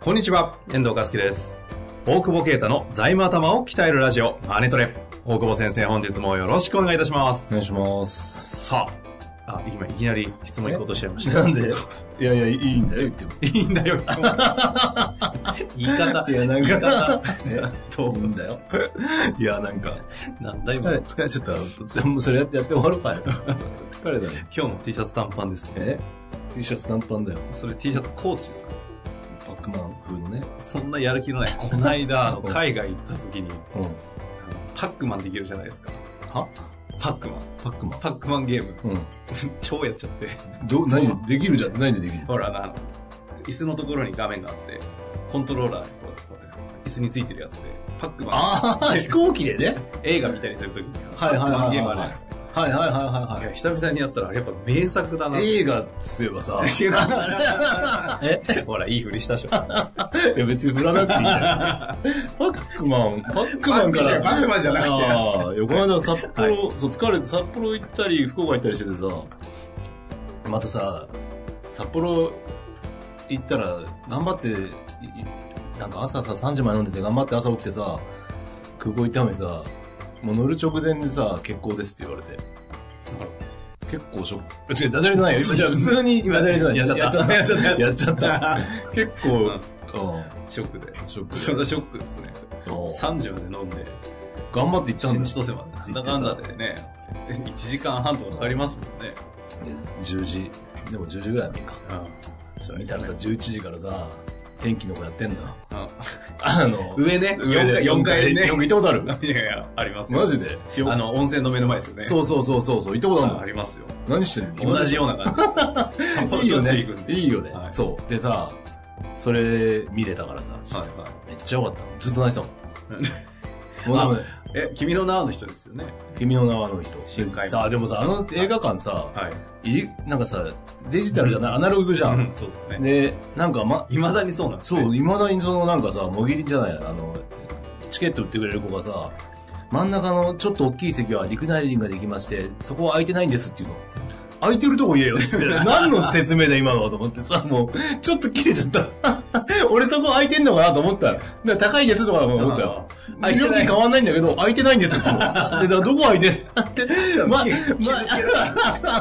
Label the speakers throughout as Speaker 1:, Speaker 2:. Speaker 1: こんにちは、遠藤和樹です。大久保啓太の財務頭を鍛えるラジオ、アネトレ。大久保先生、本日もよろしくお願いいたします。
Speaker 2: お願いします。
Speaker 1: さあ、あ、今いきなり質問行こうとしちゃいました。なんで
Speaker 2: いやいや、いいんだよ、言っても。
Speaker 1: いいんだよ、今 日言い方。
Speaker 2: いや、なんか、
Speaker 1: 言い方
Speaker 2: ね、どう思うんだよ。いや、なんか、
Speaker 1: なんだ
Speaker 2: 疲れ、
Speaker 1: 今。
Speaker 2: 疲れちゃった。じゃあもうそれやって、やって終わるかよ。疲れたね。
Speaker 1: 今日も T シャツ短パンですね。
Speaker 2: え ?T シャツ短パンだよ。
Speaker 1: それ T シャツコーチですか
Speaker 2: バックマン風のね。
Speaker 1: そんなやる気のない。こないだ、あ の海外行った時に、
Speaker 2: うん。
Speaker 1: パックマンできるじゃないですか。
Speaker 2: は
Speaker 1: パックマン。
Speaker 2: バックマン
Speaker 1: パックマンゲーム。
Speaker 2: う
Speaker 1: 超やっちゃって。
Speaker 2: ん。ど、何で、できるじゃんって何でできる
Speaker 1: ほら、あの、椅子のところに画面があって、コントローラーにこうこう椅子についてるやつで、パックマ
Speaker 2: ああ、飛行機でね。
Speaker 1: ン、映画見たりするときに、
Speaker 2: はいはいはいはい
Speaker 1: パックマンゲームあるじゃないですか。
Speaker 2: はいはいはいはいい
Speaker 1: や、久々にやったら、やっぱ名作だな
Speaker 2: は
Speaker 1: っ
Speaker 2: い。
Speaker 1: て。
Speaker 2: 映画っつえば さ、
Speaker 1: 違う
Speaker 2: え
Speaker 1: ほら、いいふりしたでしょ。
Speaker 2: いや別に振らなくていい じゃん。パックマン、パックマンから。
Speaker 1: パックマンじゃなくて
Speaker 2: ああ、横浜で札幌、そう疲れて札幌行ったり、福岡行ったりしててさ、またさ、札幌行ったら、頑張って、いいなんか朝さ、3時まで飲んでて頑張って朝起きてさ、空港行ったのにさ、もう乗る直前でさ、欠航ですって言われて。結構ショック。違う、ダジャレじゃないよ。今じゃあ普通に、今ダジャレじゃない。
Speaker 1: やっちゃった
Speaker 2: やっちゃった。
Speaker 1: や
Speaker 2: やっちゃった。結構、うん、
Speaker 1: ショックで。
Speaker 2: ショックだよ。
Speaker 1: それはショックですね。
Speaker 2: お
Speaker 1: 3時まで飲んで、
Speaker 2: 頑張って行った
Speaker 1: 新
Speaker 2: んだ
Speaker 1: 千歳まで。なんだかんだでね、1時間半とかかかりますもんね。
Speaker 2: 10時でも10時ぐらいだったか
Speaker 1: うん
Speaker 2: 見たらさ11時からさ天気の子やってんのよあの
Speaker 1: 上ね、
Speaker 2: で
Speaker 1: 4階ね。
Speaker 2: よく行ったことあ
Speaker 1: いやいや、あります
Speaker 2: る
Speaker 1: よ
Speaker 2: マジで
Speaker 1: あの、温泉の目の前ですよね。
Speaker 2: そうそうそうそうそう行ったことある
Speaker 1: ああ
Speaker 2: の
Speaker 1: りますよ。
Speaker 2: 何してんの
Speaker 1: 同じような感じです。札幌
Speaker 2: いいよ
Speaker 1: 焼酎
Speaker 2: ね
Speaker 1: 行くんで。
Speaker 2: いいよね
Speaker 1: はい
Speaker 2: そうでさそれ見れたからさちょ
Speaker 1: は
Speaker 2: っ
Speaker 1: い
Speaker 2: と
Speaker 1: はい
Speaker 2: めっちゃよかったずっと泣いて たもんもうでもね
Speaker 1: え、君の名はの人ですよね。
Speaker 2: 君の名はの人
Speaker 1: 深海
Speaker 2: さあでもさあの映画館さ
Speaker 1: はい。
Speaker 2: 入りなんかさデジタルじゃないアナログじゃ
Speaker 1: うんん、そうですね。
Speaker 2: でなんかま
Speaker 1: いまだにそうなんです
Speaker 2: そ
Speaker 1: ね。
Speaker 2: う、未だにそのなんかさ、もぎりじゃない、あの、チケット売ってくれる子がさ、真ん中のちょっと大きい席はリクライニングができまして、そこは空いてないんですっていうの。空いてるとこ言えよっつ って。何の説明だ今のはと思ってさ、もう、ちょっと切れちゃった。 俺そこ空いてんのかなと思った。だから高いですとか思ったよ。
Speaker 1: あー
Speaker 2: 料金変わんないんだけど、空いてないんですって。で、だからどこ空いてん ま、ま、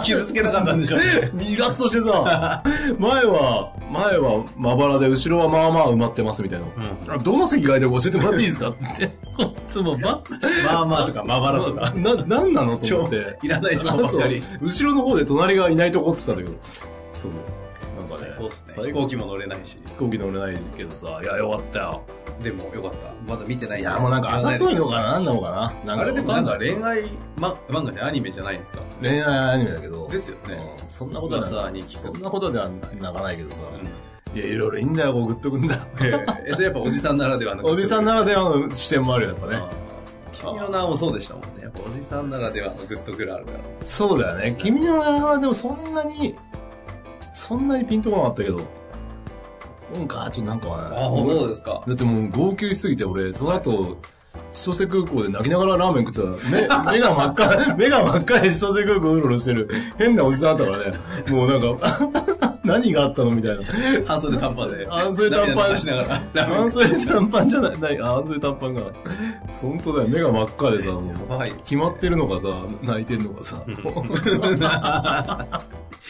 Speaker 1: 傷つけなかったんでしょうね。
Speaker 2: イラッとしてさ、前は、前はまばらで、後ろはまあまあ埋まってますみたいな。
Speaker 1: ん
Speaker 2: あどの席が空いてるか教えてもらっていいですかって。こいつもば、
Speaker 1: まあまあとか、まばらとか。
Speaker 2: な、なんなのと思
Speaker 1: 超
Speaker 2: っ、て。
Speaker 1: いらない情報ばっかり。
Speaker 2: そう後ろの方で隣がいないとこって言ってたんだけど。そう。なんか
Speaker 1: 最
Speaker 2: ね
Speaker 1: 高っすね。飛
Speaker 2: 最
Speaker 1: 行
Speaker 2: 高飛
Speaker 1: 機も乗れないし。
Speaker 2: 行機乗れないけどさ、いや、よかったよ。
Speaker 1: でもよかった。まだ見てない
Speaker 2: いや、もうなんか朝といのかな、なんなのかな。
Speaker 1: あれでもなんか
Speaker 2: 恋
Speaker 1: 恋愛ま漫画じゃアニメじゃないですか。
Speaker 2: 恋愛アニメだけど。
Speaker 1: ですよね。
Speaker 2: うんそんなことは
Speaker 1: 噂
Speaker 2: な
Speaker 1: に
Speaker 2: い。
Speaker 1: 聞く
Speaker 2: そんなことでは泣かないけどさ。
Speaker 1: うん
Speaker 2: いや、いろいろいいんだよ、こうグッとくんだ。
Speaker 1: えーえ、それやっぱおじさんならではの。
Speaker 2: おじさんならではの視点もあるよ、やっぱ
Speaker 1: あ
Speaker 2: ね。
Speaker 1: ー君の名もそうでしたもんね。やっぱおじさんならではのグッとくるあるから。
Speaker 2: そうだよね。君の名はでもそんなに、そんなにピンとこなかったけど。うんか、ちょっとなんかはね
Speaker 1: あ、そうですか。
Speaker 2: だってもう号泣しすぎて俺、その後、千歳空港で泣きながらラーメン食ってたら、 目、目が真っ赤、 目が真っ赤で千歳空港うろうろしてる変なおじさんだったからね。もうなんか、 何があったのみたいな。
Speaker 1: 半袖短パンで。
Speaker 2: 半袖短パン
Speaker 1: 涙流しながら。ラーメン
Speaker 2: 半袖短パンじゃない、ない、あ半袖短パンが。本当だよ、目が真っ赤でさ、もう。
Speaker 1: やばいです
Speaker 2: 決まってるのかさ、泣いてんの かさ。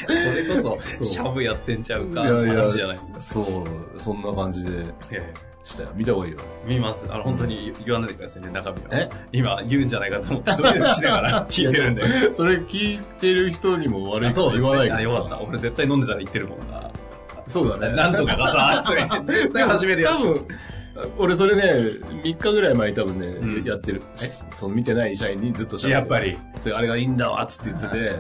Speaker 1: それこ
Speaker 2: そ
Speaker 1: そ、
Speaker 2: う
Speaker 1: シャブやってんちゃうか、
Speaker 2: いやいや
Speaker 1: 話じゃないですか。
Speaker 2: そう、そんな感じで
Speaker 1: いやいや
Speaker 2: したよ。見た方がいいよ。
Speaker 1: 見ます。あの、本当に言わないでくださいね、中身は。
Speaker 2: え
Speaker 1: 今、言うんじゃないかと思って、ドキドキしながら聞 いてるんで。
Speaker 2: それ聞いてる人にも悪い
Speaker 1: あ
Speaker 2: こと言わない
Speaker 1: か。
Speaker 2: からら。
Speaker 1: よかった。俺絶対飲んでたら言ってるもんな。
Speaker 2: そうだね。
Speaker 1: なんとかがさ、絶対始めるよ。
Speaker 2: 多分、俺それね、3日ぐらい前に多分ね、
Speaker 1: うん
Speaker 2: やってる。その見てない社員にずっと喋ってる
Speaker 1: やっぱり。
Speaker 2: それあれがいいんだわ、つって言ってて、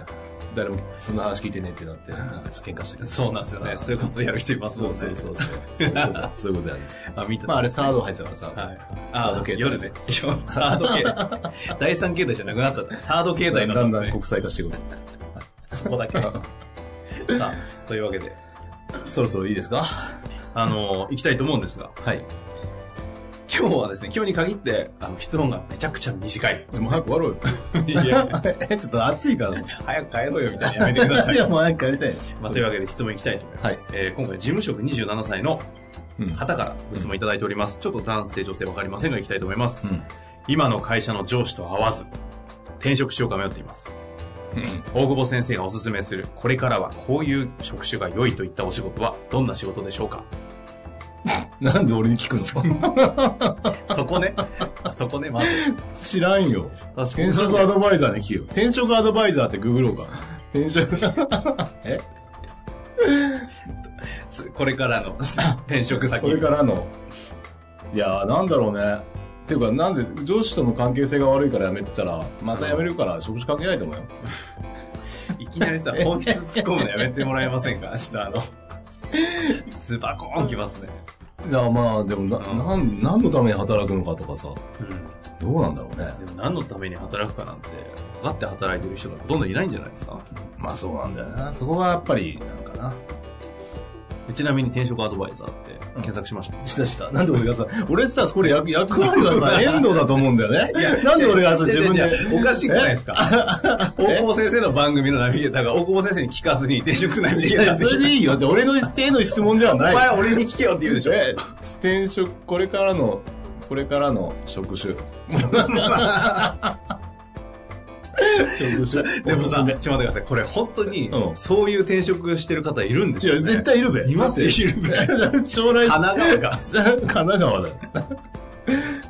Speaker 2: 誰もそんな話聞いてねってなって、なんかちょっと喧嘩したけど。
Speaker 1: そうなんですよね。そういうことでやる人いますも
Speaker 2: そ
Speaker 1: ん
Speaker 2: う
Speaker 1: ね。
Speaker 2: そうそうそう。そういうことだそういうこと やね。
Speaker 1: あ、見た。
Speaker 2: まああれサード入ってたから
Speaker 1: は
Speaker 2: さ。
Speaker 1: い。あ
Speaker 2: サード形態
Speaker 1: 夜ね。
Speaker 2: そう
Speaker 1: サード形態。第三形態じゃなくなったんだサード形態
Speaker 2: だ
Speaker 1: なんん
Speaker 2: だ
Speaker 1: で
Speaker 2: ん
Speaker 1: すね。
Speaker 2: 国際化していくる。
Speaker 1: そこだ け。さあ、というわけで、
Speaker 2: そろそろいいですか
Speaker 1: あの、行きたいと思うんですが、
Speaker 2: はい。
Speaker 1: 今日はですね、今日に限って、あの、質問がめちゃくちゃ短い。
Speaker 2: でも早く終わろうよ。
Speaker 1: いや、
Speaker 3: えちょっと暑いから。
Speaker 1: 早く帰ろうよみたいなやめてください
Speaker 3: い。や、もうなんかやりたい。
Speaker 1: まあ、というわけで質問いきたいと思います。えー今回、事務職27歳の
Speaker 2: うん。うん。
Speaker 1: 方からご質問いただいております。ちょっと男性、女性わかりませんが、いきたいと思います。今の会社の上司と合わず、転職しようか迷っています。
Speaker 2: うん
Speaker 1: 大久保先生がおすすめする、これからはこういう職種が良いといったお仕事は、どんな仕事でしょうか
Speaker 2: なんで俺に聞くの
Speaker 1: そこね。そこね、まず。
Speaker 2: 知らんよ。
Speaker 1: 確かに
Speaker 2: 転職アドバイザーに聞けよ。転職アドバイザーってググろうか。転職。 え
Speaker 1: これからの転職先。
Speaker 2: これからの。いやー、なんだろうね。っていうか、なんで、上司との関係性が悪いから辞めてたら、また辞めるから、職種関係ないと思うよ。
Speaker 1: いきなりさ、本質突っ込むのやめてもらえませんかちょっとあの、スーパーコーンきますね。
Speaker 2: いや、まあ、でもな、
Speaker 1: うん
Speaker 2: なん、何のために働くのかとかさ、
Speaker 1: うん
Speaker 2: どうなんだろうね。
Speaker 1: でも何のために働くかなんて、分かって働いてる人がほとんどいないんじゃないですか
Speaker 2: まあ、そうなんだよな。そこがやっぱり、なんかな。
Speaker 1: ちなみに転職アドバイザーって検索しました。
Speaker 3: したした。
Speaker 2: なんで俺がさ、俺さ、これ役役割が さ、遠藤だと思うんだよね。なんで俺がさ、自分
Speaker 1: いや
Speaker 2: で
Speaker 1: い。やいやおかしくないですか大久保先生の番組のナビゲーターが大久保先生に聞かずに転職ナビ
Speaker 2: い
Speaker 1: ゲータ
Speaker 2: や
Speaker 1: ー
Speaker 2: それでいいよ。だって俺の性の質問では
Speaker 1: お
Speaker 2: ない。
Speaker 1: 前俺に聞けよって言うでしょ
Speaker 2: え、転職、これからの、これからの 職種。職種。
Speaker 1: でもさ、ちょっ
Speaker 2: い
Speaker 1: と待ってください。これ本当に
Speaker 2: う、ん
Speaker 1: そういう転職してる方いるんでしょ、
Speaker 2: や、
Speaker 1: ね、
Speaker 2: 絶対いるべ。
Speaker 1: いますよ。いるべ。
Speaker 2: 将
Speaker 1: 神奈
Speaker 2: 来、
Speaker 1: 川が。
Speaker 2: 神奈川だよ。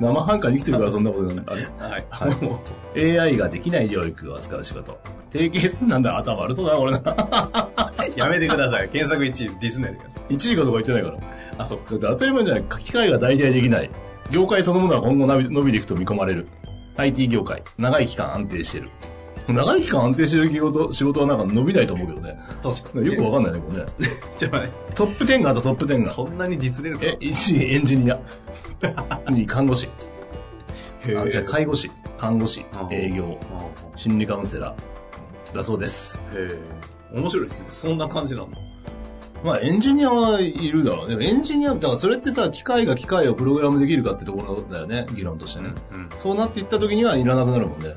Speaker 2: 生半可に生きてるからそんなことなんだ。
Speaker 1: はい。はい、も
Speaker 2: AI ができない領域を扱う仕事。定型なんだ、頭悪そうだな、俺な。
Speaker 1: うやめてください。検索1位ディスんないでください。
Speaker 2: 一時かとか言ってないから。
Speaker 1: あ、そっか。
Speaker 2: だって当たり前じゃない。機械が代替できない。業界そのものは今後伸び伸びていくと見込まれる。IT 業界。長い期間安定してる。長い期間安定してる仕事、仕事はなんか伸びないと思うけどね。
Speaker 1: 確かに。
Speaker 2: よくわかんないね、これね。
Speaker 1: ちょっと待っ
Speaker 2: トップ10があったトップ10
Speaker 1: て
Speaker 2: が。
Speaker 1: そんなにディスれるか
Speaker 2: え、1位エンジ ニア。2位看護師。あじゃあ介護士、看護師
Speaker 1: う、ん
Speaker 2: 営業、心理カウンセラー。だそうです。
Speaker 1: へえ。面白いですね。そんな感じなんだ。
Speaker 2: まあエンジニアはいるだろうね。でもエンジニア、だからそれってさ、機械が機械をプログラムできるかってところだよね、議論としてね。
Speaker 1: うん。
Speaker 2: そうなっていった時にはいらなくなるもんね。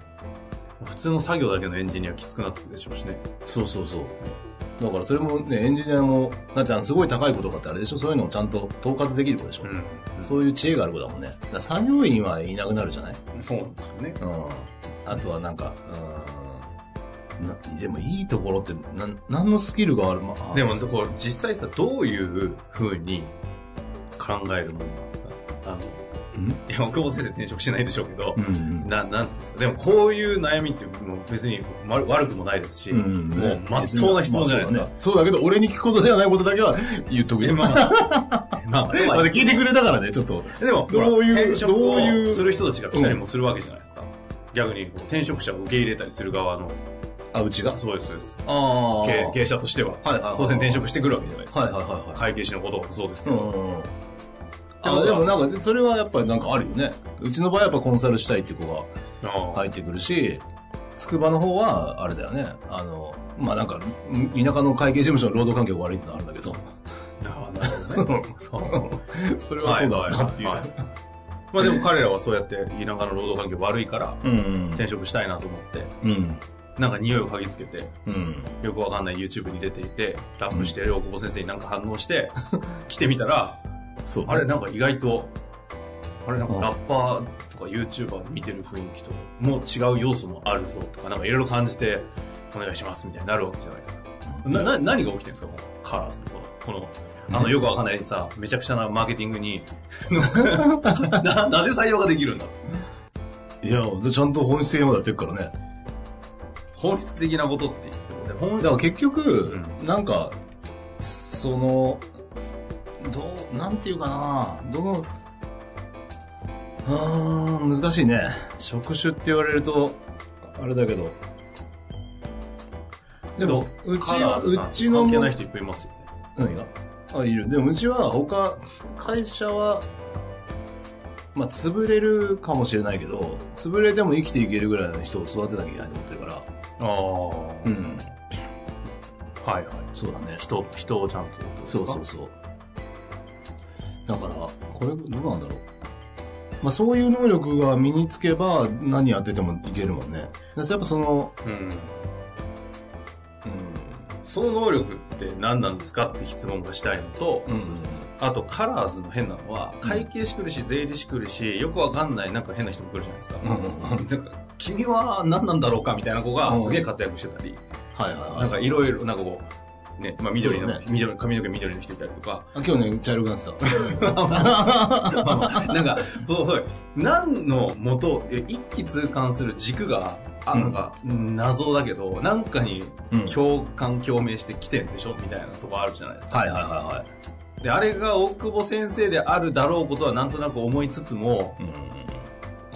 Speaker 1: 普通の作業だけのエンジニアきつくなってくるでしょうしね。
Speaker 2: そうそうそう。だからそれもね、エンジニアも、だってあのすごい高いことかってあれでしょそういうのをちゃんと統括できる子でしょ、
Speaker 1: ん。
Speaker 2: そういう知恵がある子だもんね。だから作業員はいなくなるじゃない
Speaker 1: そうなんですよね。
Speaker 2: うん。あとはなんか、うん。なでもいいところって、なん、何のスキルがあるまあ
Speaker 1: でも、
Speaker 2: そ
Speaker 1: こう実際さ、どういう風に考えるものなんですかあの、
Speaker 2: うん
Speaker 1: いや、奥保先生転職しないでしょうけど
Speaker 2: う、んうん。
Speaker 1: な、なんていうんですか。でも、こういう悩みってもう別にま悪くもないですし、もう、まっとうな質問じゃないですか。
Speaker 2: まあそうだねそうだけど、俺に聞くことではないことだけは言っとく
Speaker 1: え
Speaker 2: よ。
Speaker 1: まあ、まあ、でも
Speaker 2: まあ、聞いてくれたからね、ちょっと。
Speaker 1: でも、
Speaker 2: どう
Speaker 1: ほら
Speaker 2: いう
Speaker 1: 転職
Speaker 2: どうい
Speaker 1: を
Speaker 2: う
Speaker 1: する人たちが来たりもするわけじゃないですか。逆にこう転職者を受け入れたりする側の、
Speaker 2: あ、うちが
Speaker 1: そうです、そうです。
Speaker 2: ああ。
Speaker 1: 経経営者としては、
Speaker 2: はいはいはい
Speaker 1: 当然転職してくるわけじゃないですか。
Speaker 2: はいはいはいはい。
Speaker 1: 会計士のこともそうですけ
Speaker 2: う
Speaker 1: ど、
Speaker 2: んうんうん。あでもなんか、それはやっぱりなんかあるよね。うちの場合はやっぱコンサルしたいって子が
Speaker 1: ああ
Speaker 2: 入ってくるし、つくばの方は、あれだよね。あの、まあ、なんか、ん田舎の会計事務所の労働環境が悪いってのはあるんだけど。
Speaker 1: ああなるほどね
Speaker 2: それはそうだわなっていう。
Speaker 1: はいはいはいまあでも彼らはそうやって田舎の労働環境悪いから
Speaker 2: うんうん
Speaker 1: 転職したいなと思って、
Speaker 2: うん。
Speaker 1: なんか匂いを嗅ぎつけて、
Speaker 2: うん。
Speaker 1: よくわかんない YouTube に出ていて、ラップして大久保先生になんか反応して、来てみたら、
Speaker 2: そう。
Speaker 1: あれなんか意外と、あれなんか
Speaker 2: うん
Speaker 1: ラッパーとか YouTuber で見てる雰囲気ともう違う要素もあるぞとか、なんかいろいろ感じて、お願いしますみたいになるわけじゃないですか。な、な、何が起きてるんですかこのカラーズのこの、この、あの、よくわかんないさ、めちゃくちゃなマーケティングに、 な、なぜ採用ができるんだ
Speaker 2: いや、ちゃんと本質的なことやってるからね。
Speaker 1: 本質的なことって言っても、本
Speaker 2: だから結局、
Speaker 1: う
Speaker 2: なんか、その、どう、なんていうかな、どの、あー難しいね職種って言われるとあれだけどでもうち
Speaker 1: カラ
Speaker 2: は
Speaker 1: ーズさん
Speaker 2: うちの
Speaker 1: 関係
Speaker 2: も
Speaker 1: ない人いっぱいいますよね。
Speaker 2: 何があいるでもうちは他会社はまあ潰れるかもしれないけど潰れても生きていけるぐらいの人を育てなきゃいけないと思ってるから
Speaker 1: ああ、は
Speaker 2: うん
Speaker 1: いはい。
Speaker 2: そうだね
Speaker 1: 人、人をちゃんと。
Speaker 2: そうそうそう。だから、これ、どうなんだろう。まあ、そういう能力が身につけば、何やっててもいけるもんね。だからやっぱその、
Speaker 1: う。うん。
Speaker 2: う
Speaker 1: その能力って何なんですかって質問がしたいのと、
Speaker 2: ん、うん、
Speaker 1: あとカラーズの変なのは、会計してくるし、税理士来るし、よくわかんないなんか変な人も来るじゃないですか。
Speaker 2: うんうん
Speaker 1: なんか、君は何なんだろうかみたいな子が
Speaker 2: うん
Speaker 1: すげえ活躍してたり、
Speaker 2: はいはいはい。
Speaker 1: なんかいろいろ、なんかこう、ね、まあ緑の、
Speaker 2: そうね
Speaker 1: 緑の髪の毛緑の人いたりとか、
Speaker 2: あ今日ね、茶色くなってた。
Speaker 1: まあまあなんか、そうそう、何のもと、え一気通貫する軸が、あ
Speaker 2: うん
Speaker 1: なんか、謎だけど、なんかに
Speaker 2: うん
Speaker 1: 共感共鳴してきてんでしょみたいなとこあるじゃないですか。
Speaker 2: はいはいは
Speaker 1: で、あれが大久保先生であるだろうことはなんとなく思いつつも、
Speaker 2: いはい。うんうん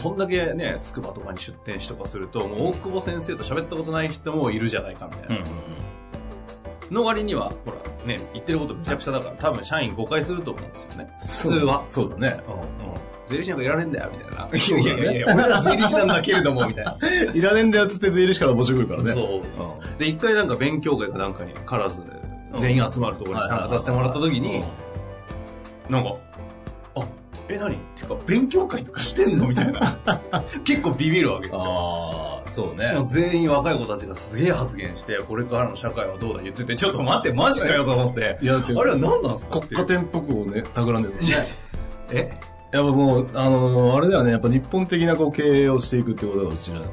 Speaker 1: こんだけね、つくばとかに出店しとかすると、もう大久保先生と喋ったことない人もいるじゃないかみた
Speaker 2: うん
Speaker 1: いな。の割には、ほら、ね、言ってることめちゃくちゃだから、多分社員誤解すると思うんですよね。
Speaker 2: 普
Speaker 1: 普通は
Speaker 2: そうだね。う
Speaker 1: 税理士なんかいらねえんだよ、みたいな。
Speaker 2: そうだね
Speaker 1: いやいやいや、俺ら税理士なんだけれども、みたい な。
Speaker 2: んうん。いらねえんだよっつって税理士から募集来るからね。
Speaker 1: そう。
Speaker 2: うん。
Speaker 1: で、一回なんか勉強会かなんかに、カラーズ全員集まるところに参加させてもらった時に、なんか、あ、え、何てか、勉強会とかしてんのみたい な。結構ビビるわけですよ。
Speaker 2: ああ、そうね
Speaker 1: しか。も全員若い子たちがすげえ発言して、これからの社会はどうだ言ってて、ちょっと待って、マジかよと思って。
Speaker 2: いや、だって
Speaker 1: あれは何なんすか
Speaker 2: 国家転覆をね、企んでる。
Speaker 1: いやえ
Speaker 2: やっぱもう、あのーあれだよね、やっぱ日本的なこう経営をしていくってことがうちらの、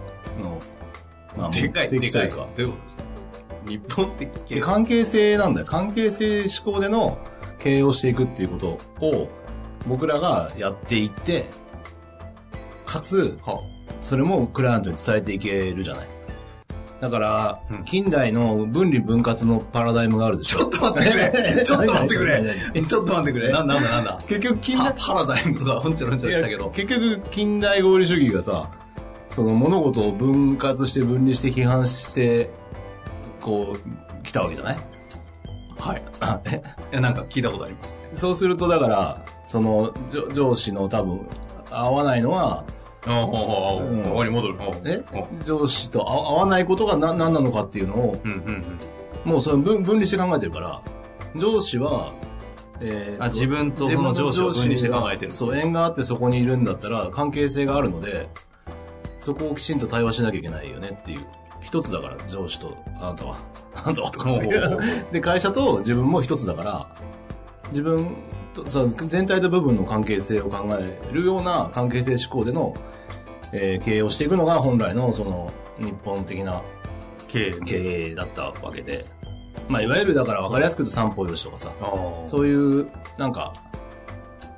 Speaker 2: まあ、
Speaker 1: でかい、
Speaker 2: 目
Speaker 1: で
Speaker 2: 的
Speaker 1: か
Speaker 2: と
Speaker 1: い
Speaker 2: い
Speaker 1: か
Speaker 2: か。。
Speaker 1: どういうことですか日本的系。
Speaker 2: 関係性なんだよ。関係性思考での経営をしていくっていうことを、僕らがやっていって、かつ、
Speaker 1: は
Speaker 2: それもクライアントに伝えていけるじゃない。だから
Speaker 1: うん、
Speaker 2: 近代の分離分割のパラダイムがあるでしょ。
Speaker 1: ちょっと待ってくれちょっと待ってくれ
Speaker 2: れ
Speaker 1: ちょっと待ってくれ。な、なんだなんだ。
Speaker 2: 結局近
Speaker 1: パ
Speaker 2: 代、
Speaker 1: パラダイムとか、ほんちゃらほんちゃらしたけど。
Speaker 2: 結局近代合理主義がさその物事を分割して分離して批判してこう来たわけじゃない
Speaker 1: はい。
Speaker 2: あえ
Speaker 1: いや、なんか聞いたことあります。
Speaker 2: そうするとだからその上上司の多分合わないのは
Speaker 1: ああ、ああ、ああ、
Speaker 2: うん
Speaker 1: ここに戻る。ああ
Speaker 2: え
Speaker 1: ああ
Speaker 2: 上司と合合わないことがな何なのかっていうのを
Speaker 1: うんうんうん。
Speaker 2: もうその分分離して考えてるから上司は、えー
Speaker 1: あ自分とその上司を分離して考えてる
Speaker 2: 自分の上司がそう縁があってそこにいるんだったら関係性があるのでそこをきちんと対話しなきゃいけないよねっていう一つだから上司とあなたは あなたはとかすげえ
Speaker 1: ほうほうほ
Speaker 2: で会社と自分も一つだから自分とその全体と部分の関係性を考えるような関係性思考での、えー経営をしていくのが本来のその日本的な
Speaker 1: 経営。
Speaker 2: 経営だったわけで、まあ、いわゆるだから分かりやすく言うと三方よしとかさ、
Speaker 1: ああ。
Speaker 2: そういう、なんか、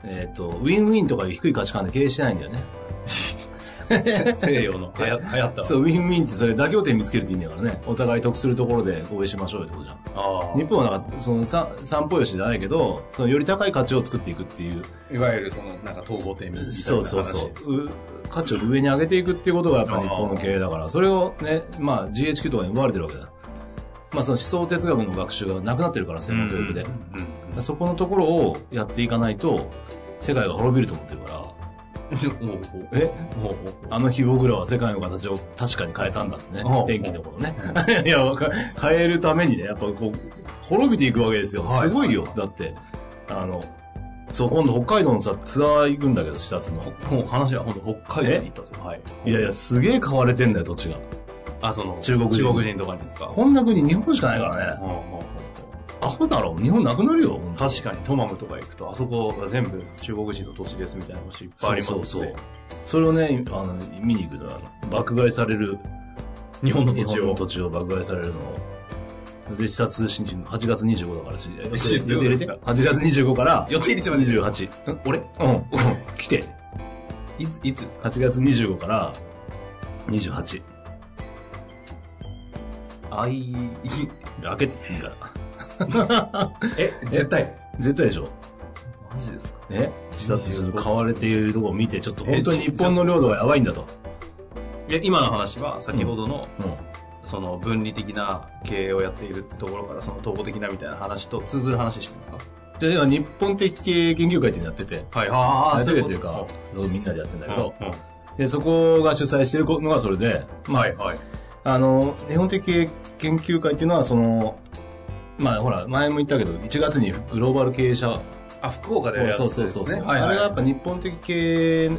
Speaker 2: えっ、と、ウィンウィンとかいう低い価値観で経営してないんだよね。
Speaker 1: 西洋の流行流行った
Speaker 2: そう、ウィンウィンってそれ妥協点見つけるって意味だからね。お互い得するところで合意しましょうよってことじゃん。
Speaker 1: あ
Speaker 2: 日本はなんか、その三三方よしじゃないけど、そのより高い価値を作っていくっていう、
Speaker 1: あ。いわゆるその、なんか統合点みたいな話。
Speaker 2: そうそうそう。う価値を上に上げていくっていうことがやっぱ日本の経営だから、それをね、まあ GHQ とかに奪われてるわけだ。まあその思想哲学の学習がなくなってるから、
Speaker 1: う
Speaker 2: 専
Speaker 1: んうん
Speaker 2: 門
Speaker 1: う
Speaker 2: 教
Speaker 1: んうん。
Speaker 2: 育で。そこのところをやっていかないと、世界が滅びると思ってるから、
Speaker 1: お
Speaker 2: え
Speaker 1: おおお
Speaker 2: あの日僕らは世界の形を確かに変えたんだってね
Speaker 1: うん。
Speaker 2: 天気のことね。 いや、わか変えるためにね、やっぱこう、滅びていくわけですよ。
Speaker 1: はい
Speaker 2: すごいよ。だって、あの、そう、今度北海道のさ、ツアー行くんだけど、視察の。
Speaker 1: おもう話は本当北海道に行ったんですよ。はい。
Speaker 2: いやいや、すげえ買われてんだよ、土地が。
Speaker 1: あ、その、
Speaker 2: 中国人
Speaker 1: とかにですか
Speaker 2: こんな国日本しかないから
Speaker 1: うん
Speaker 2: ね。
Speaker 1: うんうん
Speaker 2: アホだろ、日本なくなるよ。本当
Speaker 1: 確かにトマムとか行くと、あそこが全部中国人の土地ですみたいな星いっぱいあります
Speaker 2: そ
Speaker 1: ん
Speaker 2: う
Speaker 1: で
Speaker 2: そうそう。それをね、あの、見に行くのは、あの爆買いされる、
Speaker 1: 日本の土地
Speaker 2: 日本
Speaker 1: を
Speaker 2: の。土地を爆買いされるのを、で、視察新人、8月25だから、知り合い
Speaker 1: 知ってる
Speaker 2: 予定入れて。8月25から、
Speaker 1: 予定率まで
Speaker 2: 28。
Speaker 1: 俺
Speaker 2: うん。うん 来て。
Speaker 1: いつ、いつですか
Speaker 2: 8月25から、28。
Speaker 1: あい、
Speaker 2: 開けていいから。
Speaker 1: え、絶対。
Speaker 2: 絶対でしょ。
Speaker 1: マジですか
Speaker 2: ね。事だとする買われているとこを見て、ちょっと本当に日本の領土がやばいんだと。
Speaker 1: いや今の話は先ほどの、
Speaker 2: うん。
Speaker 1: その分離的な経営をやっているってところからその統合的なみたいな話と通ずる話してますか
Speaker 2: じゃあ今、日本的経営研究会っていうのやってて、
Speaker 1: はいあ
Speaker 2: やってる
Speaker 1: こと
Speaker 2: いうか、そうみんなでやってんだけど、
Speaker 1: うんうん
Speaker 2: で、そこが主催してるのがそれで、まあ、
Speaker 1: はいはい
Speaker 2: あの、日本的経営研究会っていうのは、その、まあほら、前も言ったけど、1月にグローバル経営者
Speaker 1: あ福岡でやる
Speaker 2: そうそうそうそう、
Speaker 1: はい
Speaker 2: あ
Speaker 1: は
Speaker 2: れ
Speaker 1: い
Speaker 2: がやっぱ日本的経営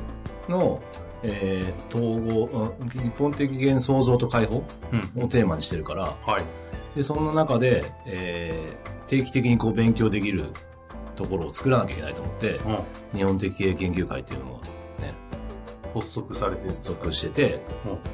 Speaker 2: の、えー統合、うん日本的経営の創造と解放
Speaker 1: うん
Speaker 2: をテーマにしてるから、
Speaker 1: はい
Speaker 2: で、その中で、えー定期的にこう勉強できるところを作らなきゃいけないと思って、
Speaker 1: う
Speaker 2: 日本的経営研究会っていうのをね、
Speaker 1: ん発足されてる
Speaker 2: 属してて、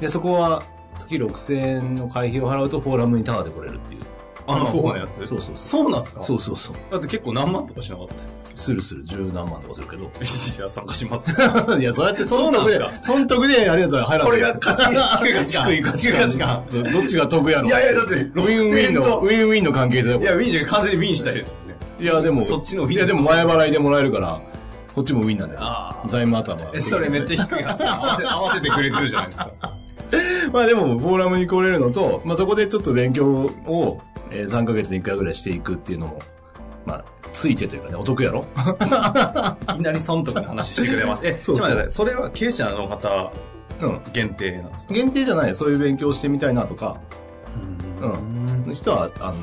Speaker 1: う
Speaker 2: で、そこは月6000円の会費を払うとフォーラムにタダで来れるっていう。
Speaker 1: あの福岡のやつ
Speaker 2: そうそうそう。
Speaker 1: そうなんですか
Speaker 2: そうそうそう。
Speaker 1: だって結構何万とかしなかったんですか
Speaker 2: するする十何万とかするけど。
Speaker 1: いや参加します
Speaker 2: いや、そうやって
Speaker 1: そう
Speaker 2: 損
Speaker 1: なん
Speaker 2: 得
Speaker 1: です
Speaker 2: で
Speaker 1: か、
Speaker 2: 損得で、ありがとう入らない。
Speaker 1: これが勝ち低い勝ちか
Speaker 2: 低い勝ちか。そうどっちが得やろ。
Speaker 1: いやいやだって
Speaker 2: ウィンウィンの、ウ
Speaker 1: 6000
Speaker 2: ィンウィンの関係性
Speaker 1: いやウィンじゃ完全にウィンしたいですよね
Speaker 2: いや、でも、
Speaker 1: そっちのウィン
Speaker 2: いや、でも前払いでもらえるから、こっちもウィンなんだよ。
Speaker 1: あー
Speaker 2: 財務頭。
Speaker 1: えそれめっちゃ低い話合わせ 合わせてくれてるじゃないですか
Speaker 2: まあでも、フォーラムに来れるのと、まあそこでちょっと勉強を、えー、3ヶ月に1回ぐらいしていくっていうのも、まあ、ついてというかね、お得やろ
Speaker 1: いきなり損得の話してくれま した。え、
Speaker 2: そう
Speaker 1: ちょ
Speaker 2: そう
Speaker 1: っと待ってくださいそれは経営者の方
Speaker 2: うん。
Speaker 1: 限定なんですか
Speaker 2: 限定じゃない、そういう勉強をしてみたいなとか、
Speaker 1: う
Speaker 2: うん
Speaker 1: ん。
Speaker 2: 人は、あの、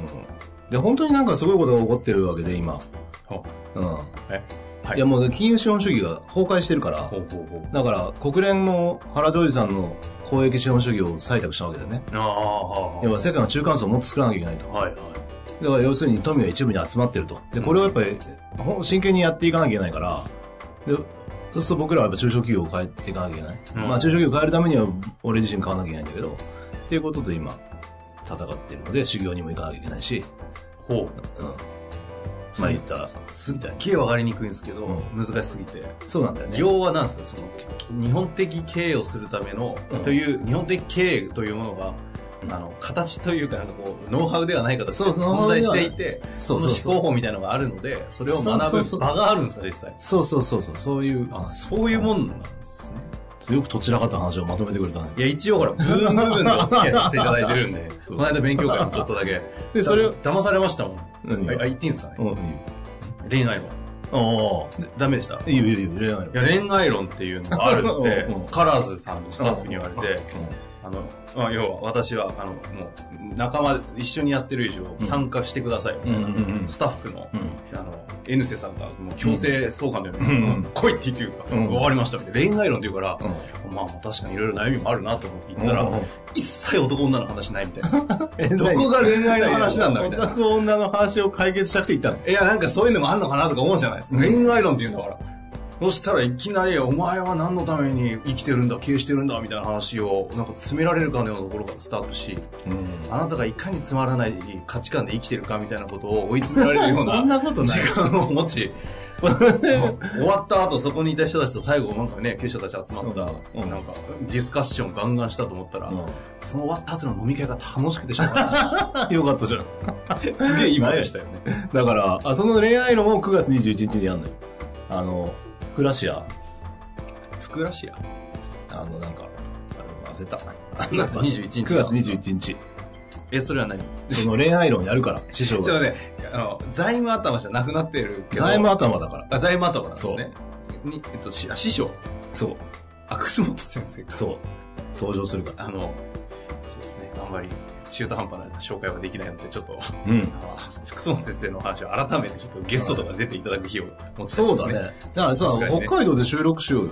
Speaker 2: で、本当になんかすごいことが起こってるわけで、今。
Speaker 1: ほ
Speaker 2: うん。
Speaker 1: えはい
Speaker 2: いやもう、金融資本主義が崩壊してるから
Speaker 1: ほ、うほうほう。
Speaker 2: だから、国連も原ジョージさんの公益資本主義を採択したわけだよね。
Speaker 1: ああ、
Speaker 2: 要は世界の中間層をもっと作らなきゃいけないと。
Speaker 1: はいはい。
Speaker 2: だから要するに富が一部に集まってると。で、これをやっぱり、ほん真剣にやっていかなきゃいけないから、で、そうすると僕らはやっぱ中小企業を変えていかなきゃいけない。
Speaker 1: うん
Speaker 2: まあ中小企業を変えるためには俺自身変わらなきゃいけないんだけど、っていうことと今、戦ってるので、修行にも行かなきゃいけないし、
Speaker 1: ほう。
Speaker 2: うん。まあ言ったら、みたいな。
Speaker 1: すっげえわかりにくいんですけど、
Speaker 2: うん
Speaker 1: 難しすぎて。
Speaker 2: そうなんだよね。
Speaker 1: 要は何ですかその、き日本的経営をするための、という、日本的経営というものが、あの、形というか、なんかこう、ノウハウではない形で
Speaker 2: そうそう
Speaker 1: 存在していて、
Speaker 2: そ
Speaker 1: そうの
Speaker 2: そう
Speaker 1: 思
Speaker 2: そう
Speaker 1: 考。法みたいなのがあるので、それを
Speaker 2: そうそ
Speaker 1: 学
Speaker 2: うそ
Speaker 1: ぶ
Speaker 2: う
Speaker 1: 場があるんですか、実際。
Speaker 2: そうそうそうそう、そういう、あ
Speaker 1: そういうもんなんですね。
Speaker 2: よくとちらかった話をまとめてくれたね。
Speaker 1: いや、一応ほら、ブーム部分でお付き合いさせていただいてるん で、こ
Speaker 2: う
Speaker 1: の間勉強会もちょっとだけ。
Speaker 2: で、それを、
Speaker 1: 騙されましたもん。
Speaker 2: 何が
Speaker 1: あ、言っていいんですか
Speaker 2: うん、
Speaker 1: ね
Speaker 2: いい
Speaker 1: 恋
Speaker 2: よ
Speaker 1: 愛論。
Speaker 2: あ
Speaker 1: ダメでした
Speaker 2: あ、いいよいいよいいよ、
Speaker 1: いや、恋愛論っていうのがあるので
Speaker 2: うんうん、
Speaker 1: カラーズさんのスタッフに言われて、
Speaker 2: うん
Speaker 1: あの、まあ、要は私は、あの、もう、仲間、一緒にやってる以上、参加してください、みたいな
Speaker 2: うんうんう、ん
Speaker 1: スタッフの、
Speaker 2: うん
Speaker 1: あの、N 瀬さんが、もう強制送還のよう
Speaker 2: うん
Speaker 1: に
Speaker 2: うん、
Speaker 1: 来いって言ってるから、
Speaker 2: うん
Speaker 1: わかりました、みたいな。恋愛論って言うから、
Speaker 2: うん
Speaker 1: まあ、確かにいろいろ悩みもあるなと思って言った
Speaker 2: うんうん
Speaker 1: ら、一切男女の話ないみ たいな。
Speaker 2: え
Speaker 1: どこが恋愛の話なんだみたいな
Speaker 2: 男女の話を解決したくて言ったの。
Speaker 1: いや、なんかそういうのもあんのかなとか思うじゃないですか。恋愛論って言うんだから。そしたらいきなり、お前は何のために生きてるんだ、経営してるんだ、みたいな話を、なんか詰められるかのようなところからスタートし、あなたがいかにつまらない価値観で生きてるかみたいなことを追い詰められるよ うな。
Speaker 2: そんなことない
Speaker 1: 時間を持ち、 終わった後そこにいた人たちと最後なんかね、経営者たち集まった、
Speaker 2: うん
Speaker 1: なんかディスカッションガンガンしたと思ったら、
Speaker 2: うん
Speaker 1: その終わった後の飲み会が楽しくてしょうがな
Speaker 2: よかったじゃん。
Speaker 1: い。 すげえ今でしたよね。
Speaker 2: だから、あその恋愛論を9月21日にやんのよ。あの、クラシア、
Speaker 1: ふくらしや。
Speaker 2: あの、なんか、
Speaker 1: あ忘れた。9月21日。
Speaker 2: 9月21日。
Speaker 1: え、それは何ち
Speaker 2: その恋愛論や るから、師匠
Speaker 1: ょっと
Speaker 2: が。
Speaker 1: ね、あの、財務頭じゃなくなってるけど。
Speaker 2: 財務頭だから。
Speaker 1: あ財務頭なんですね。に、えっと、しあ師匠。
Speaker 2: そう。
Speaker 1: あ、楠本先生か。
Speaker 2: そう。登場するか
Speaker 1: あ
Speaker 2: ら。
Speaker 1: の、そうですね。あんまり中途半端な紹介はできないので、ちょっと、
Speaker 2: うん。
Speaker 1: あ楠本先生の話を改めてちょっとゲストとか出ていただく日を持ってます
Speaker 2: そうだね。。じゃあさ
Speaker 1: さすが、にね
Speaker 2: 北海道で収録しようよ。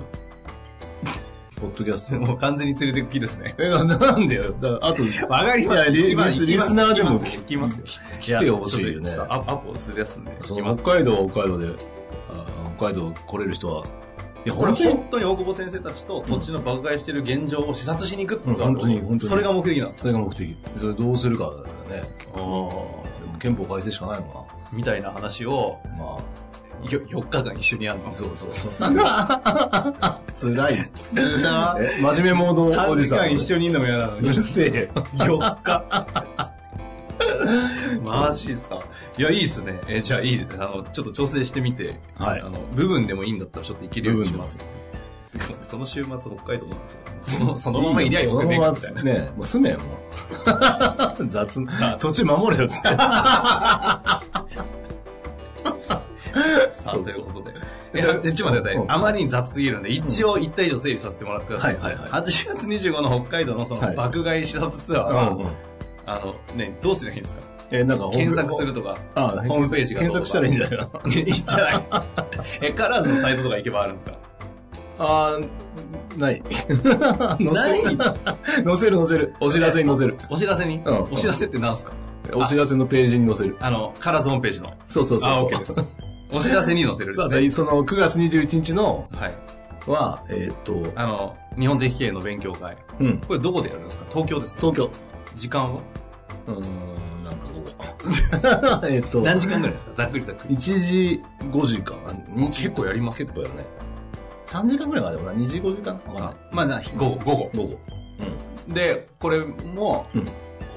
Speaker 2: ポッドキャスト。
Speaker 1: もう完全に連れてく気ですね。
Speaker 2: え、ななんでよ。だあと、
Speaker 1: わかり
Speaker 2: ました
Speaker 1: リ
Speaker 2: リスリスナーでも
Speaker 1: 聞きますよ。
Speaker 2: 来てほしいよね
Speaker 1: ちょっとアップをするやつね。行
Speaker 2: そ
Speaker 1: きま
Speaker 2: の
Speaker 1: す
Speaker 2: 北海道は北海道で、あ北海道来れる人は、いや、
Speaker 1: これ
Speaker 2: 本当に
Speaker 1: 本当に大久保先生たちと土地の爆買いしてる現状を視察しに行くって
Speaker 2: うん
Speaker 1: ツアー
Speaker 2: 本当に本当に
Speaker 1: それが目的なんです
Speaker 2: それが目的。それどうするかだよね。でも憲法改正しかないのか
Speaker 1: みたいな話を
Speaker 2: な。ま
Speaker 1: よ4日間一緒にやるの
Speaker 2: あ、そうそ うそう。辛い。
Speaker 1: 3
Speaker 2: え真面目モードおじ
Speaker 1: 時
Speaker 2: さん。
Speaker 1: 間一緒にいるのも嫌なのに
Speaker 2: うるせえ。
Speaker 1: 4日 マジっすか。いや、いいっすね。えじゃあいいですあの、ちょっと調整してみて、
Speaker 2: はい
Speaker 1: あの、部分でもいいんだったらちょっといけるようにします。その週末、北海道なんですよ。その そのままいりゃよ
Speaker 2: そ
Speaker 1: く
Speaker 2: の
Speaker 1: ねえ
Speaker 2: ま
Speaker 1: か
Speaker 2: ま
Speaker 1: みたいな。
Speaker 2: ね、もう住めよ、も
Speaker 3: 雑な。
Speaker 1: さ
Speaker 2: う。土地守れよ、つって。
Speaker 1: あ、さあ、ということで。え、えちょっと待ってください。
Speaker 2: うん
Speaker 1: あまりに雑すぎるんで、一応一体以上整理させてもらってください。
Speaker 2: はいはいはい
Speaker 1: 8月25の北海道のそ
Speaker 2: は
Speaker 1: の
Speaker 2: い
Speaker 1: 爆買い視察ツアーは、
Speaker 2: うんうん
Speaker 1: あの、ね、どうすればいいんですか
Speaker 2: え、なんかホーム
Speaker 1: 検索するとか、
Speaker 2: あ
Speaker 1: ホームページがどう
Speaker 2: 検
Speaker 1: と
Speaker 2: 索
Speaker 1: か
Speaker 2: したらいいんだよ。
Speaker 1: いいんじゃない え、カラーズのサイトとか行けばあるんですか
Speaker 2: あ ー、ない。
Speaker 1: ない
Speaker 2: 載せる載せる。お知らせに載せる。
Speaker 1: お知らせに、
Speaker 2: うん
Speaker 1: お知らせってなんすか
Speaker 2: お知らせのページに載せる。
Speaker 1: あの、カラーズホームページの。
Speaker 2: そうそうそうそ
Speaker 1: あ、
Speaker 2: う。
Speaker 1: OK です。お知らせに載せるん
Speaker 2: さあ、
Speaker 1: です、ね。
Speaker 2: その9月21日の
Speaker 1: はい。
Speaker 2: は、えーっと、
Speaker 1: あの、日本的経営の勉強会。
Speaker 2: うん、
Speaker 1: これどこでやるんですか東京ですか
Speaker 2: 東京。
Speaker 1: 時間は
Speaker 2: うーん、なんかこ こ。えーっと、
Speaker 1: 何時間ぐらいですかざっくりざっくり。
Speaker 2: 1時5時かな。
Speaker 1: 結構やります
Speaker 2: 結構やるね。3時間ぐらいかな、でもな、2時5時かな。わかんない
Speaker 1: まあじゃあ、午後、午後。
Speaker 2: 午後。
Speaker 1: で、これも
Speaker 2: うん、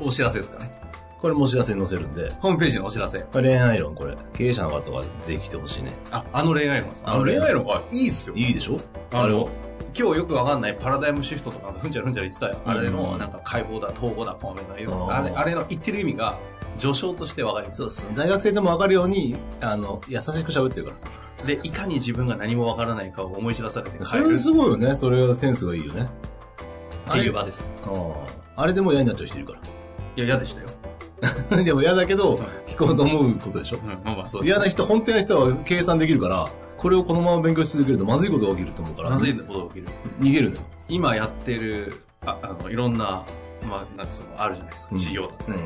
Speaker 1: お知らせですかね。
Speaker 2: これもお知らせに載せるんで、
Speaker 1: ホームページのお知らせ。
Speaker 2: 恋愛論これ、経営者の方はぜひ来てほしいね。
Speaker 1: あ、あの恋愛論です。
Speaker 2: あの恋愛
Speaker 1: 論がいいっすよ
Speaker 2: いいでしょ
Speaker 1: あ
Speaker 2: あれ
Speaker 1: れ
Speaker 2: を
Speaker 1: を。今日よくわかんないパラダイムシフトとかふんちゃらふんちゃら言ってたよ。
Speaker 2: うん
Speaker 1: あれのなんか解放だ、統合だ、孔明だ、いうの
Speaker 2: あー
Speaker 1: あれあれの言ってる意味が序章としてわかります。
Speaker 2: そうそう。大学生でもわかるように、あの、優しく喋ってるから。
Speaker 1: で、いかに自分が何もわからないかを思い知らされて
Speaker 2: そ
Speaker 1: 変える
Speaker 2: れ
Speaker 1: っ
Speaker 2: すごいよね。それはセンスがいいよね。
Speaker 1: ていう場です。
Speaker 2: うんあれでも嫌になっちゃう人いるか
Speaker 1: いや、嫌でしたよ。
Speaker 2: ら。 でも嫌だけど、聞こうと思うことでしょ
Speaker 1: うん、まあまあそうです。
Speaker 2: 嫌な人、本当の人は計算できるから、これをこのまま勉強し続けるとまずいことが起きると思うから、
Speaker 1: まずいことが起きる。
Speaker 2: 逃げるのよ。
Speaker 1: 今やってる、ああの、いろんな、まあ、なんかその、あるじゃないですか。
Speaker 2: うん
Speaker 1: 事業だったり。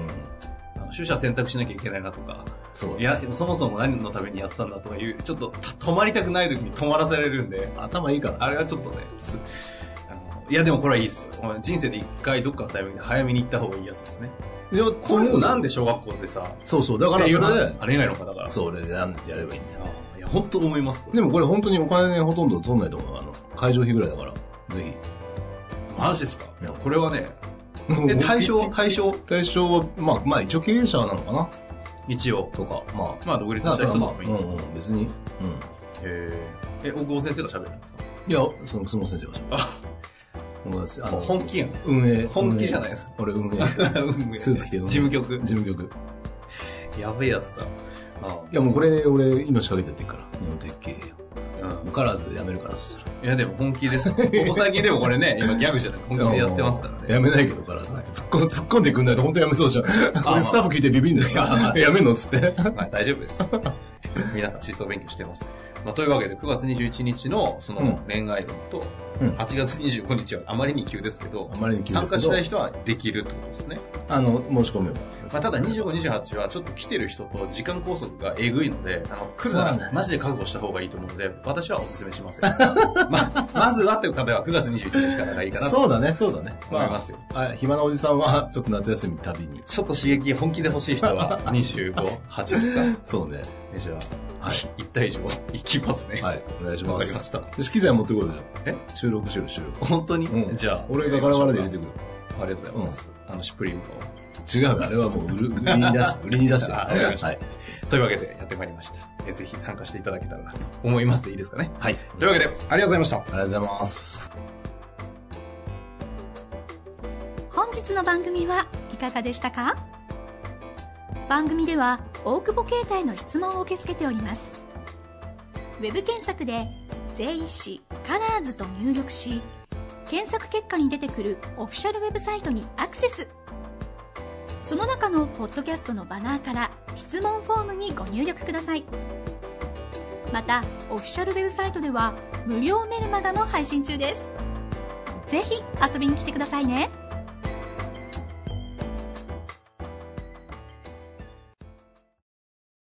Speaker 1: あの取捨選択しなきゃいけないなとか、
Speaker 2: そう
Speaker 1: い。や、そもそも何のためにやってたんだとかいう、ちょっとた止まりたくない時に止まらされるんで、
Speaker 2: 頭いいから。
Speaker 1: あれはちょっとね、つあのいやでもこれはいいですよ。お前人生で一回どっかのタイミングで早めに行った方がいいやつですね。
Speaker 2: いや、
Speaker 1: こ
Speaker 2: こ
Speaker 1: れもなんで
Speaker 2: で
Speaker 1: 小学校でさ、
Speaker 2: そうそう。だからそれで、
Speaker 1: あれ以外の方だから。
Speaker 2: それでやんやればいいんだよ。
Speaker 1: いや、本当思います。これ
Speaker 2: でもこれ本当にお金ほとんど取んないと思う。あの、会場費ぐらいだから、ぜ
Speaker 1: マジですか
Speaker 2: いや
Speaker 1: これはね、
Speaker 2: ひ。
Speaker 1: え対象、対象、
Speaker 2: 対象は、まあ、まあ一応経営者なのかな
Speaker 1: 一応。
Speaker 2: とか、まあ、
Speaker 1: まあ、独立
Speaker 2: だ
Speaker 1: した
Speaker 2: から
Speaker 1: 人
Speaker 2: まあ
Speaker 1: とかもいいです。
Speaker 2: うんうん、別に。うん。
Speaker 1: へーえ、大久保先生が喋るんですか
Speaker 2: いや、その、楠本先生がします。あ
Speaker 1: もう本気やん。
Speaker 2: 運営。
Speaker 1: 本気じゃない
Speaker 2: い。
Speaker 1: ですか。
Speaker 2: 俺運営。
Speaker 1: ス
Speaker 2: スーツ着てよ
Speaker 1: 事務局。
Speaker 2: 事務局。
Speaker 1: やべえやつだ。あ
Speaker 2: いやもうこれ、俺、命かけてやってっから。日本的経営
Speaker 1: あ
Speaker 2: を。カラーズで辞めるから、そしたら。
Speaker 1: いや、でも本気です。ここ最近でもこれね、今ギャグじゃなくて本気でやってますからね。
Speaker 2: やめないけど、カラーズなんて。突っ込ん突っ込んでくんないと本当やめそうじゃん。
Speaker 1: まあ
Speaker 2: 俺スタッフ聞いてビビんだ
Speaker 1: まあ
Speaker 2: よ。えやめんのっつって。
Speaker 1: まあ大丈夫です。 皆さん、思想勉強してます。まあ、というわけで、9月21日のそ
Speaker 2: うん
Speaker 1: の恋愛論と、
Speaker 2: うん
Speaker 1: 8月25日はあまりに急ですけど
Speaker 2: あ、まりに急で
Speaker 1: 参
Speaker 2: すけ
Speaker 1: 加
Speaker 2: ど
Speaker 1: したい人はできるってことですね。
Speaker 2: あの、申し込めば。
Speaker 1: まあ、ただ、25、28はちょっと来てる人と時間拘束がえぐいので、あの、来る
Speaker 2: そうな
Speaker 1: なん
Speaker 2: だ
Speaker 1: ら
Speaker 2: ね
Speaker 1: マジで覚悟した方がいいと思うので、私はお勧めしま せん。ま、まずはっていう方は9月21日からがいいかなと
Speaker 2: そうだね、そうだね。
Speaker 1: 思いますよ。
Speaker 2: あ、あ暇なおじさんは、ちょっと夏休み旅に。
Speaker 1: ちょっと刺激本気で欲しい人は25、8です か。
Speaker 2: そうね。
Speaker 1: えじゃあ、
Speaker 2: はい
Speaker 1: 1対以上いきますね。
Speaker 2: はい、お願いし
Speaker 1: わ
Speaker 2: ま。
Speaker 1: かりますした。
Speaker 2: 機材持ってこいよ、じゃん。
Speaker 1: え
Speaker 2: 収録しよう、収録。
Speaker 1: 本当に、
Speaker 2: うん
Speaker 1: じゃあ。
Speaker 2: 俺がガラガラで入
Speaker 1: あ
Speaker 2: れてく
Speaker 1: り
Speaker 2: る。
Speaker 1: がとうございます。あの、シュプリームを。
Speaker 2: 違う、あれはもう売る売りに出し、売りに出してる。
Speaker 1: あわかりました
Speaker 2: はい。
Speaker 1: というわけでやってまいりました。えぜひ参加していただけたらなと思いますでいいですかね。
Speaker 2: はい。
Speaker 1: というわけで、ありがとうございました。
Speaker 2: ありがとうございます。
Speaker 4: 本日の番組はいかがでしたか番組では大久保携帯の質問を受け付けておりますウェブ検索で「税理士カラーズと入力し検索結果に出てくるオフィシャルウェブサイトにアクセスその中のポッドキャストのバナーから質問フォームにご入力くださいまたオフィシャルウェブサイトでは無料メルマガも配信中ですぜひ遊びに来てくださいね